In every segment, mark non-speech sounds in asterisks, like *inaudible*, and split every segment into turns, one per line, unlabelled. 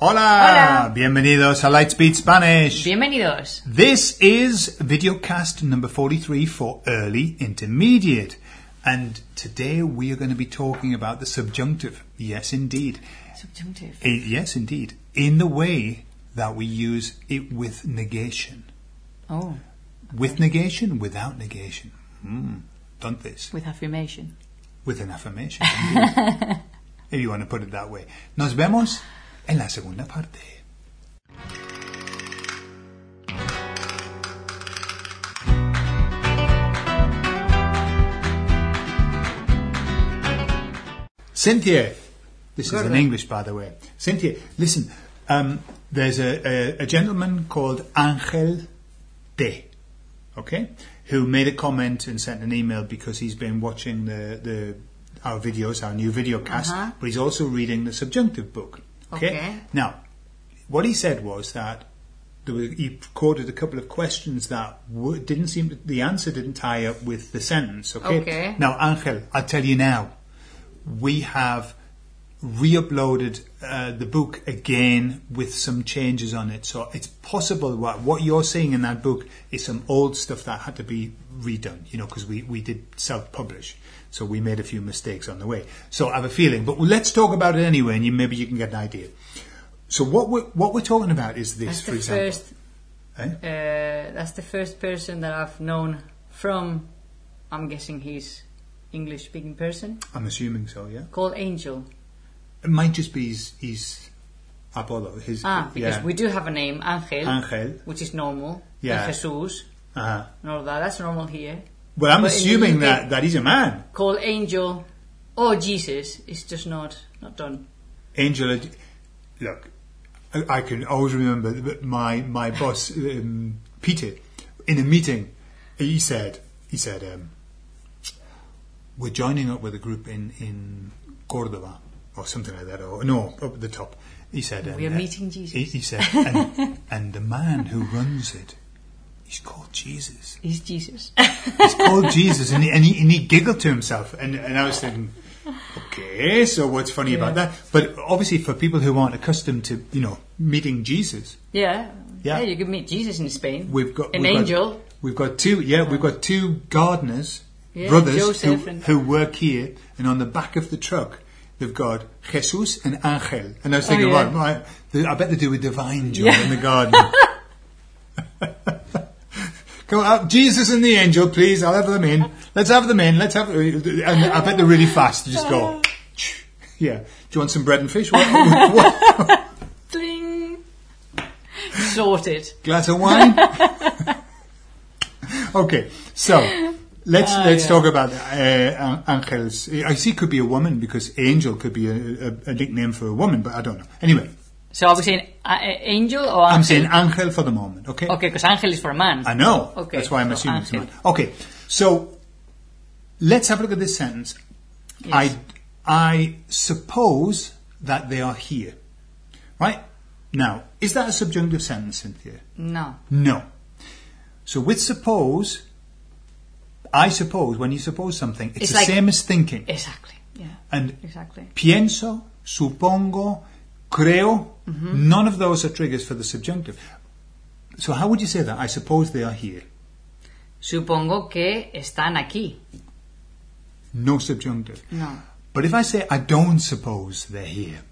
Hola.
Hola.
Bienvenidos a Lightspeed Spanish.
Bienvenidos.
This is videocast number 43 for early intermediate. And today we are going to be talking about the subjunctive. Yes, indeed.
Subjunctive.
Eh, yes, indeed. In the way that we use it with negation.
Oh,
With negation, without negation. Hmm. Entonces,
with affirmation.
with an affirmation. indeed. if you want to put it that way. Nos vemos en la segunda parte. Cynthia, this is in English, by the way. Cynthia, listen. Um, there's a, a, a gentleman called Angel T, okay, who made a comment and sent an email because he's been watching the, the our videos, our new video cast,
Uh-huh.
but he's also reading the subjunctive book.
Okay.
Now, what he said was that there were, he quoted a couple of questions that w- didn't seem to, the answer didn't tie up with the sentence. Okay.
Okay.
Now, Angel, I'll tell you now, we have re-uploaded uh, the book again with some changes on it. So it's possible what what you're seeing in that book is some old stuff that had to be redone. You know, because we we did self-publish, so we made a few mistakes on the way. So I have a feeling, but let's talk about it anyway, and you maybe you can get an idea. So what we're what we're talking about is this,
That's
for
the
example. Eh?
first. Uh, that's the first person that I've known from. I'm guessing he's English-speaking person
I'm assuming so. Yeah,
called Angel.
it might just be his, his Apollo. His
Ah, because
yeah.
we do have a name, Angel,
Angel.
which is normal.
Yeah.
And Jesus
Uh-huh.
and all that. That's normal here.
Well, I'm
But in the
assuming
UK
that that he's a man.
Called Angel or Jesus is just not not done.
Angela, look, I I can always remember that my my boss um, Peter in a meeting. He said, he said, um, we're joining up with a group in in Cordoba or something like that, or no, up at the top. He said,
We are
and, uh,
meeting Jesus.
He, he said, and, and the man who runs it, he's called Jesus.
He's Jesus.
He's called Jesus, and he, and, he, and he giggled to himself. And, and I was thinking, okay, so what's funny about
Yeah.
that? But obviously, for people who aren't accustomed to, you know, meeting Jesus,
*laughs* yeah.
Yeah.
You could meet Jesus in Spain.
we've got
an
we've got-
angel.
we've got two, yeah, we've got two gardeners,
Yeah,
brothers who,
Joseph and-
who work here, and on the back of the truck. They've got Jesus and Angel, and I was thinking,
Oh, yeah.
well, my, the, I bet they do a divine job
Yeah.
in the
*laughs*
garden. Come up, Jesus and the angel, please. I'll have them in. Let's have them in. Let's have. And I bet they're really fast. You just go.
*laughs*
Yeah. Do you want some bread and fish? What, *laughs* what?
Ding. *laughs* Sorted.
Glass of wine. *laughs* okay. So let's
Ah,
let's
yeah.
talk about uh, angels. I see it could be a woman because angel could be a, a, a nickname for a woman, but I don't know. Anyway,
So are we saying uh, angel or
I'm
angel?
saying angel for the moment. Okay.
Okay, because angel is pues for a man.
I know.
Okay,
That's why I'm
so
assuming it's a
Angel.
man. Okay. So let's have a look at this sentence.
Yes.
I I suppose that they are here. Right? Now, is that a subjunctive sentence, Cynthia?
no.
No. So with suppose I suppose when you suppose something, it's,
It's
the
like-
same as thinking.
Exactly. Yeah.
And
Exactly.
pienso, supongo, creo,
Mm-hmm.
none of those are triggers for the subjunctive. So how would you say that? I suppose they are here.
Supongo que están aquí.
No subjunctive.
No.
But if I say I don't suppose they're here,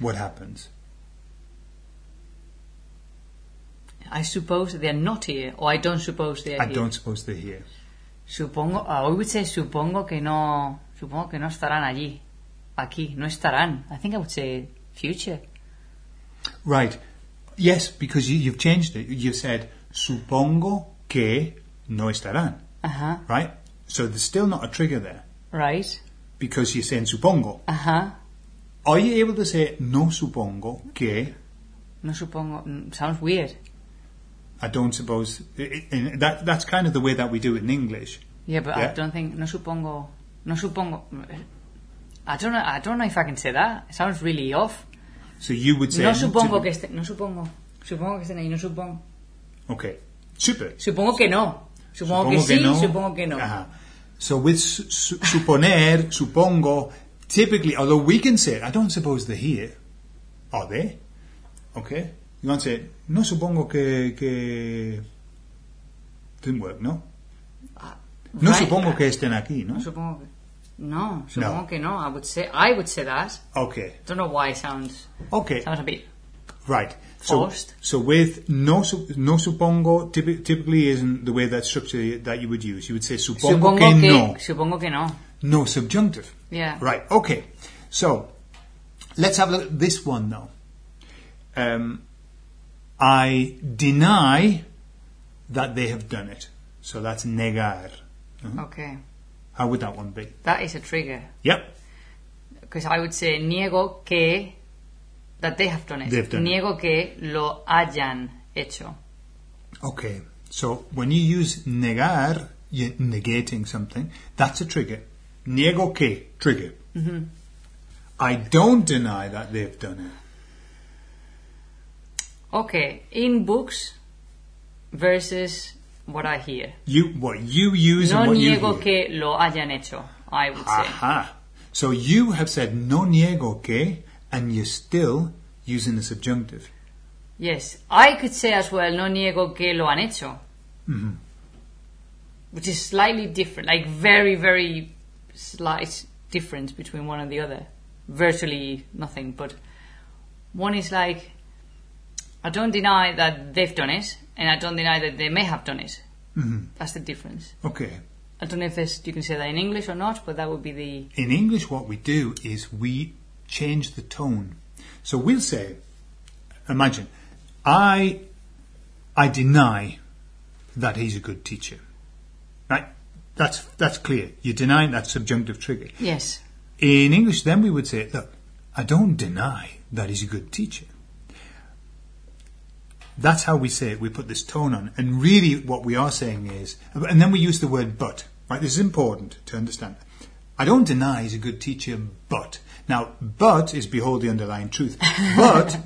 what happens?
I suppose they're not here, or I don't suppose they're
I
here.
don't suppose they're here.
Supongo. I would say supongo que no. Supongo que no estarán allí. Aquí no estarán. I think I would say future.
Right. Yes, because you, you've changed it. You've said supongo que no estarán.
Uh huh.
Right. So there's still not a trigger there
Right.
because you're saying supongo.
Uh huh.
Are you able to say no supongo que?
No supongo. mm, Sounds weird.
I don't suppose. i i- and that that's kind of the way that we do it in English.
Yeah, but
Yeah.
I don't think. No supongo. No supongo. eh, I don't know. I don't know if I can say that. It sounds really off.
So you would say
No supongo que esté. No supongo. Supongo que estén ahí. No supongo.
Okay. Super.
Supongo que no. Supongo, que, sí. Supongo que no.
Ajá. So with su- su- suponer, supongo, typically, although we can say, it, I don't suppose they're here. Are they? Okay. You can't say, no supongo que, que... Didn't work, no? No
Right.
supongo que estén aquí, no?
No, supongo que. No, supongo que no. I would say I would say that.
Okay.
Don't know why it sounds
Okay.
sounds a bit.
Right.
Uh, Forced.
So, so with no su- no supongo typi- typically isn't the way that structure that you would use. You would say supongo,
Supongo
que,
que
no.
supongo que no.
No subjunctive.
Yeah.
Right. Okay. So let's have a look at this one now. Um, I deny that they have done it. So that's negar.
Okay.
How would that one be?
That is a trigger
Yep.
because I would say niego que that they have done it.
They've done it.
niego que lo hayan hecho.
Okay. So when you use negar, you're negating something. That's a trigger. Niego que trigger.
Mm-hmm.
I don't deny that they've done it.
Okay. In books versus what I hear.
You what you use
No
and what you Ah.
niego
hear.
que lo hayan hecho. I would say.
Aha. So you have said no niego que, and you're still using the subjunctive.
Yes, I could say as well, no niego que lo han hecho.
Mm-hmm.
Which is slightly different, like very, very slight difference between one and the other. Virtually nothing, but one is like, I don't deny that they've done it, and I don't deny that they may have done it.
Mhm.
That's the difference.
Okay.
I don't know if there's- you can say that in English or not, but that would be the.
In English, what we do is we change the tone. So we'll say, imagine, I, I deny that he's a good teacher. Right? That's that's clear. You're denying that subjunctive trigger.
Yes.
In English, then we would say, look, I don't deny that he's a good teacher. That's how we say it. We put this tone on. And really, what we are saying is, and then we use the word but, right? This is important to understand. I don't deny he's a good teacher, but. Now, but is behold the underlying truth. But,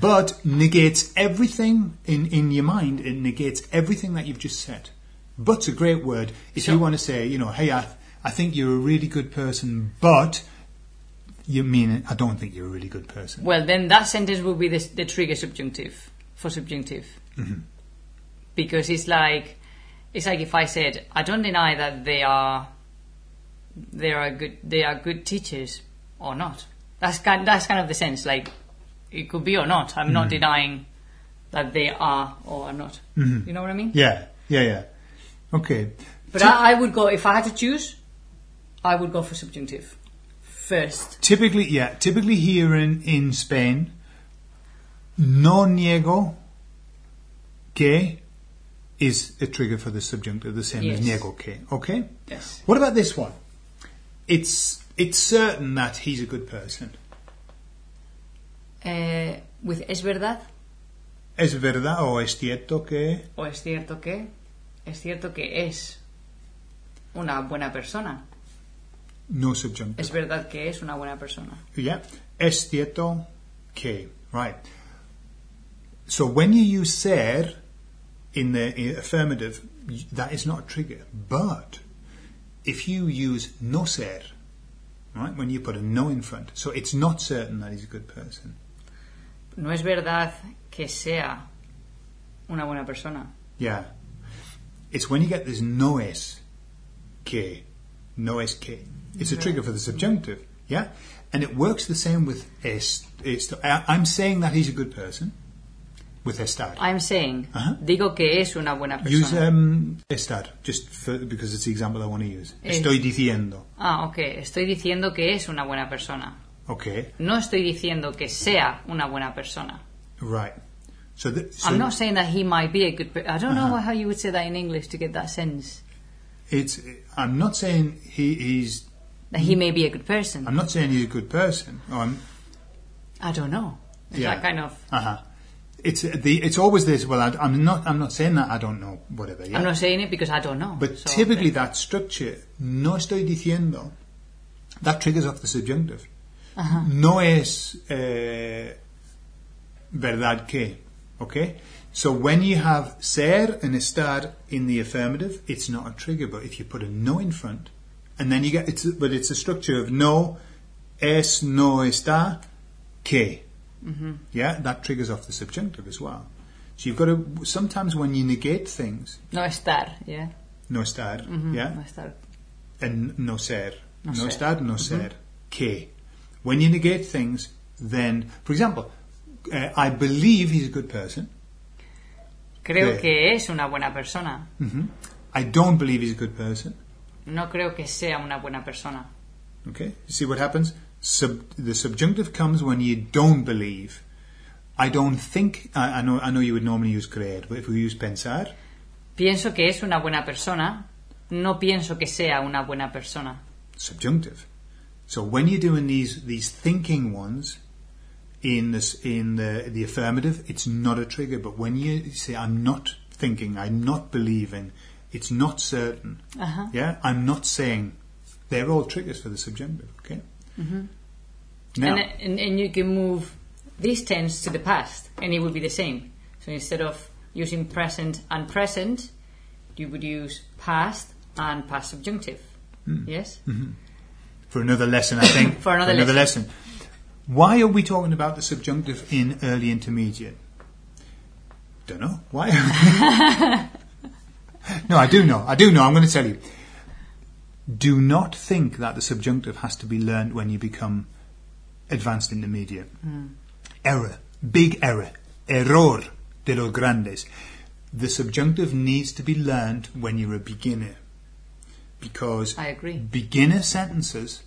but negates everything in, in your mind. It negates everything that you've just said. But's a great word. If you want to say, you know, hey, I, I think you're a really good person, but you mean I don't think you're a really good person.
Well, then that sentence would be the, the trigger subjunctive for subjunctive, because it's like it's like if I said I don't deny that they are they are good they are good teachers or not. That's kind that's kind of the sense. Like it could be or not. I'm not denying that they are or are not. You know what I mean?
Yeah, yeah, yeah. Okay.
But I, I would go if I had to choose, I would go for subjunctive first.
Typically, yeah, typically here in, in Spain, no niego que is a trigger for the subjunctive, the same as
Yes.
niego que. Okay?
Yes.
What about this one? It's it's certain that he's a good person.
Uh, with es verdad.
Es verdad o es cierto que.
¿O es cierto que? Es cierto que es una buena persona.
No subjunctive.
Es verdad que es una buena persona.
Yeah. Es cierto que. Right. So when you use ser in the i- affirmative, y- that is not a trigger. But if you use no ser, right, when you put a no in front, so it's not certain that he's a good person.
No es verdad que sea una buena persona.
Yeah. It's when you get this no es que. No es que. It's a trigger for the subjunctive. Yeah? And it works the same with es. es I, I'm saying that he's a good person with estar.
I'm saying,
Ajá.
digo que es una buena persona.
Use um, estar, just for, because it's the example I want to use.
Es.
Estoy diciendo.
Ah, ok. Estoy diciendo que es una buena persona.
Okay,
No estoy diciendo que sea una buena persona.
right. So, th- so
I'm not saying that he might be a good person. I don't know
Ajá.
how you would say that in English to get that sense.
it's. I'm not saying he, he's.
That he may be a good person.
Mm. I'm not saying he's a good person. Oh, I'm,
I don't know. It's
Yeah.
that kind of...
uh-huh. It's uh, the. It's always this. Well, I, am not. I'm not saying that. I don't know. Whatever. Yeah.
I'm not saying it because I don't know.
But
So-
typically, that structure, no estoy diciendo, that triggers off the subjunctive. No es eh, verdad que. Okay? So when you have ser and estar in the affirmative, it's not a trigger, but if you put a no in front, and then you get, it's, but it's a structure of no, es, no está, que. Yeah, that triggers off the subjunctive as well. So you've got to sometimes when you negate things,
No estar, yeah?
no estar,
Mm,
yeah,
No estar.
and no ser. No,
No ser.
estar, no ser. Que. When you negate things, then, for example, uh, I believe he's a good person.
Creo
Sí.
que es una buena persona.
hmm I don't believe he's a good person.
No creo que sea una buena persona.
Okay, you see what happens? Sub, the subjunctive comes when you don't believe. I don't think. I, I know. I know you would normally use creer, but if we use pensar,
Pienso que es una buena persona. No pienso que sea una buena persona.
subjunctive. So when you're doing these these thinking ones in this in the the affirmative, it's not a trigger. But when you say I'm not thinking, I'm not believing, it's not certain.
Ajá.
Yeah, I'm not saying. They're all triggers for the subjunctive. Okay. Mm-hmm. Now,
And, and, and you can move this tense to the past, and it would be the same. So instead of using present and present, you would use past and past subjunctive. Yes?
for another lesson, I
*coughs*
think.
For another
lesson. Why are we talking about the subjunctive in early intermediate? Don't know. Why? *laughs* no, I do know. I do know. I'm going to tell you. Do not think that the subjunctive has to be learned when you become advanced intermediate.
Hmm.
Error. Big error. Error de los grandes. The subjunctive needs to be learned when you're a beginner. Because
I agree.
beginner sentences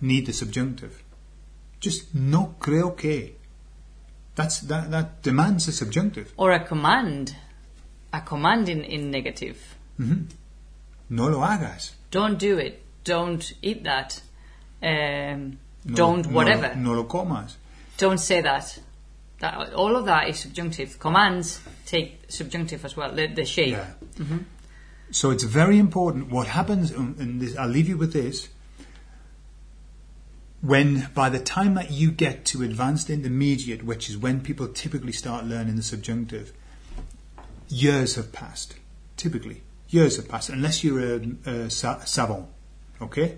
need the subjunctive. Just no creo que. That's that that demands a subjunctive.
Or a command. A command in, in negative.
No lo hagas.
Don't do it. Don't eat that. Um,
No,
don't
no-
whatever.
No, lo comas.
Don't say that. That all of that is subjunctive. Commands take subjunctive as well. The, the shape.
Yeah. So it's very important. What happens, and and this, I'll leave you with this. When by the time that you get to advanced intermediate, which is when people typically start learning the subjunctive, years have passed. Typically, years have passed, unless you're a, a sa- savant. Okay,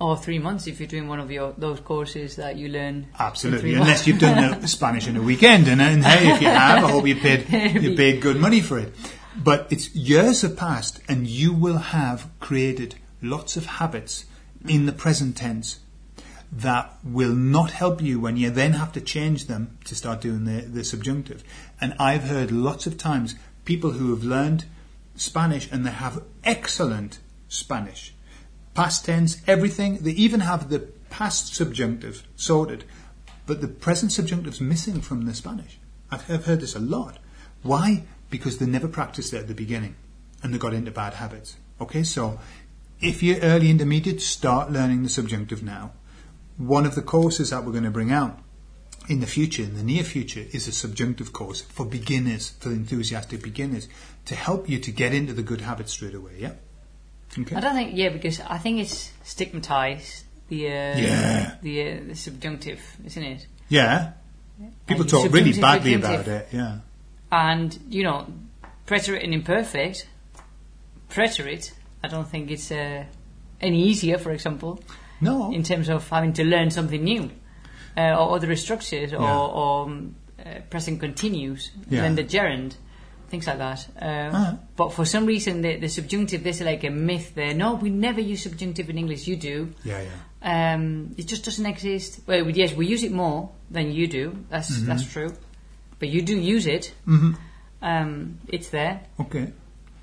Or three months if you're doing one of your those courses that you learn. in
absolutely.
three
Unless you've done the Spanish in a weekend, and, and hey, if you have, I hope you paid you paid good money for it. But it's years have passed, and you will have created lots of habits in the present tense that will not help you when you then have to change them to start doing the, the subjunctive. And I've heard lots of times people who have learned Spanish and they have excellent Spanish, past tense, everything. They even have the past subjunctive sorted, but the present subjunctive's missing from the Spanish. I've, I've heard this a lot. Why? Because they never practiced it at the beginning and they got into bad habits. Okay, so if you're early intermediate, start learning the subjunctive now. One of the courses that we're going to bring out in the future, in the near future, is a subjunctive course for beginners, for enthusiastic beginners, to help you to get into the good habits straight away. Yeah. Okay.
I don't think yeah because I think it's stigmatized the uh,
Yeah.
the, uh, the subjunctive isn't it
Yeah. People
you
talk really
subjunctive,
badly
subjunctive.
about it. Yeah.
and you know preterite and imperfect preterite I don't think it's uh, any easier for example
No.
in terms of having to learn something new uh, or other structures or,
Yeah.
or um, uh, present continuous
Yeah.
then the gerund things like that uh,
Ah.
but for some reason the, the subjunctive there's like a myth there no we never use subjunctive in english you do
yeah. Yeah.
um, it just doesn't exist well we- yes we use it more than you do that's
Mm-hmm.
that's true but you do use it
hmm
um, it's there
Okay.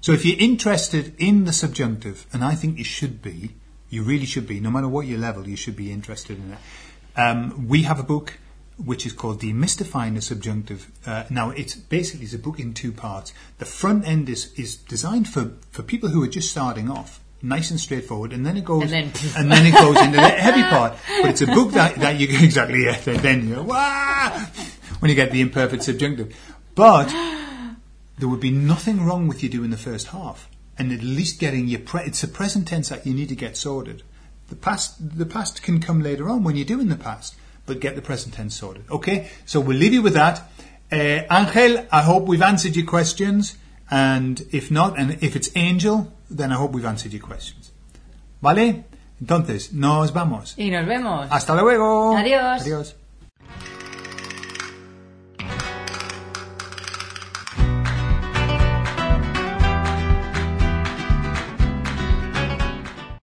So if you're interested in the subjunctive, and I think you should be, you really should be, no matter what your level, you should be interested in it. Um, we have a book which is called Demystifying the Subjunctive. Uh, now, it's basically it's a book in two parts. The front end is, is designed for, for people who are just starting off, nice and straightforward, and then it goes
And then-
*laughs* and then it goes into the
*laughs*
heavy part. But it's a book that, that you *laughs* exactly yeah, then you wow when you get the imperfect subjunctive. But there would be nothing wrong with you doing the first half and at least getting your pre- it's the present tense that you need to get sorted the past the past can come later on when you're doing the past but get the present tense sorted okay so we'll leave you with that uh, angel i hope we've answered your questions and if not and if it's angel then i hope we've answered your questions vale entonces nos vamos
y nos vemos
hasta luego
Adiós.
adiós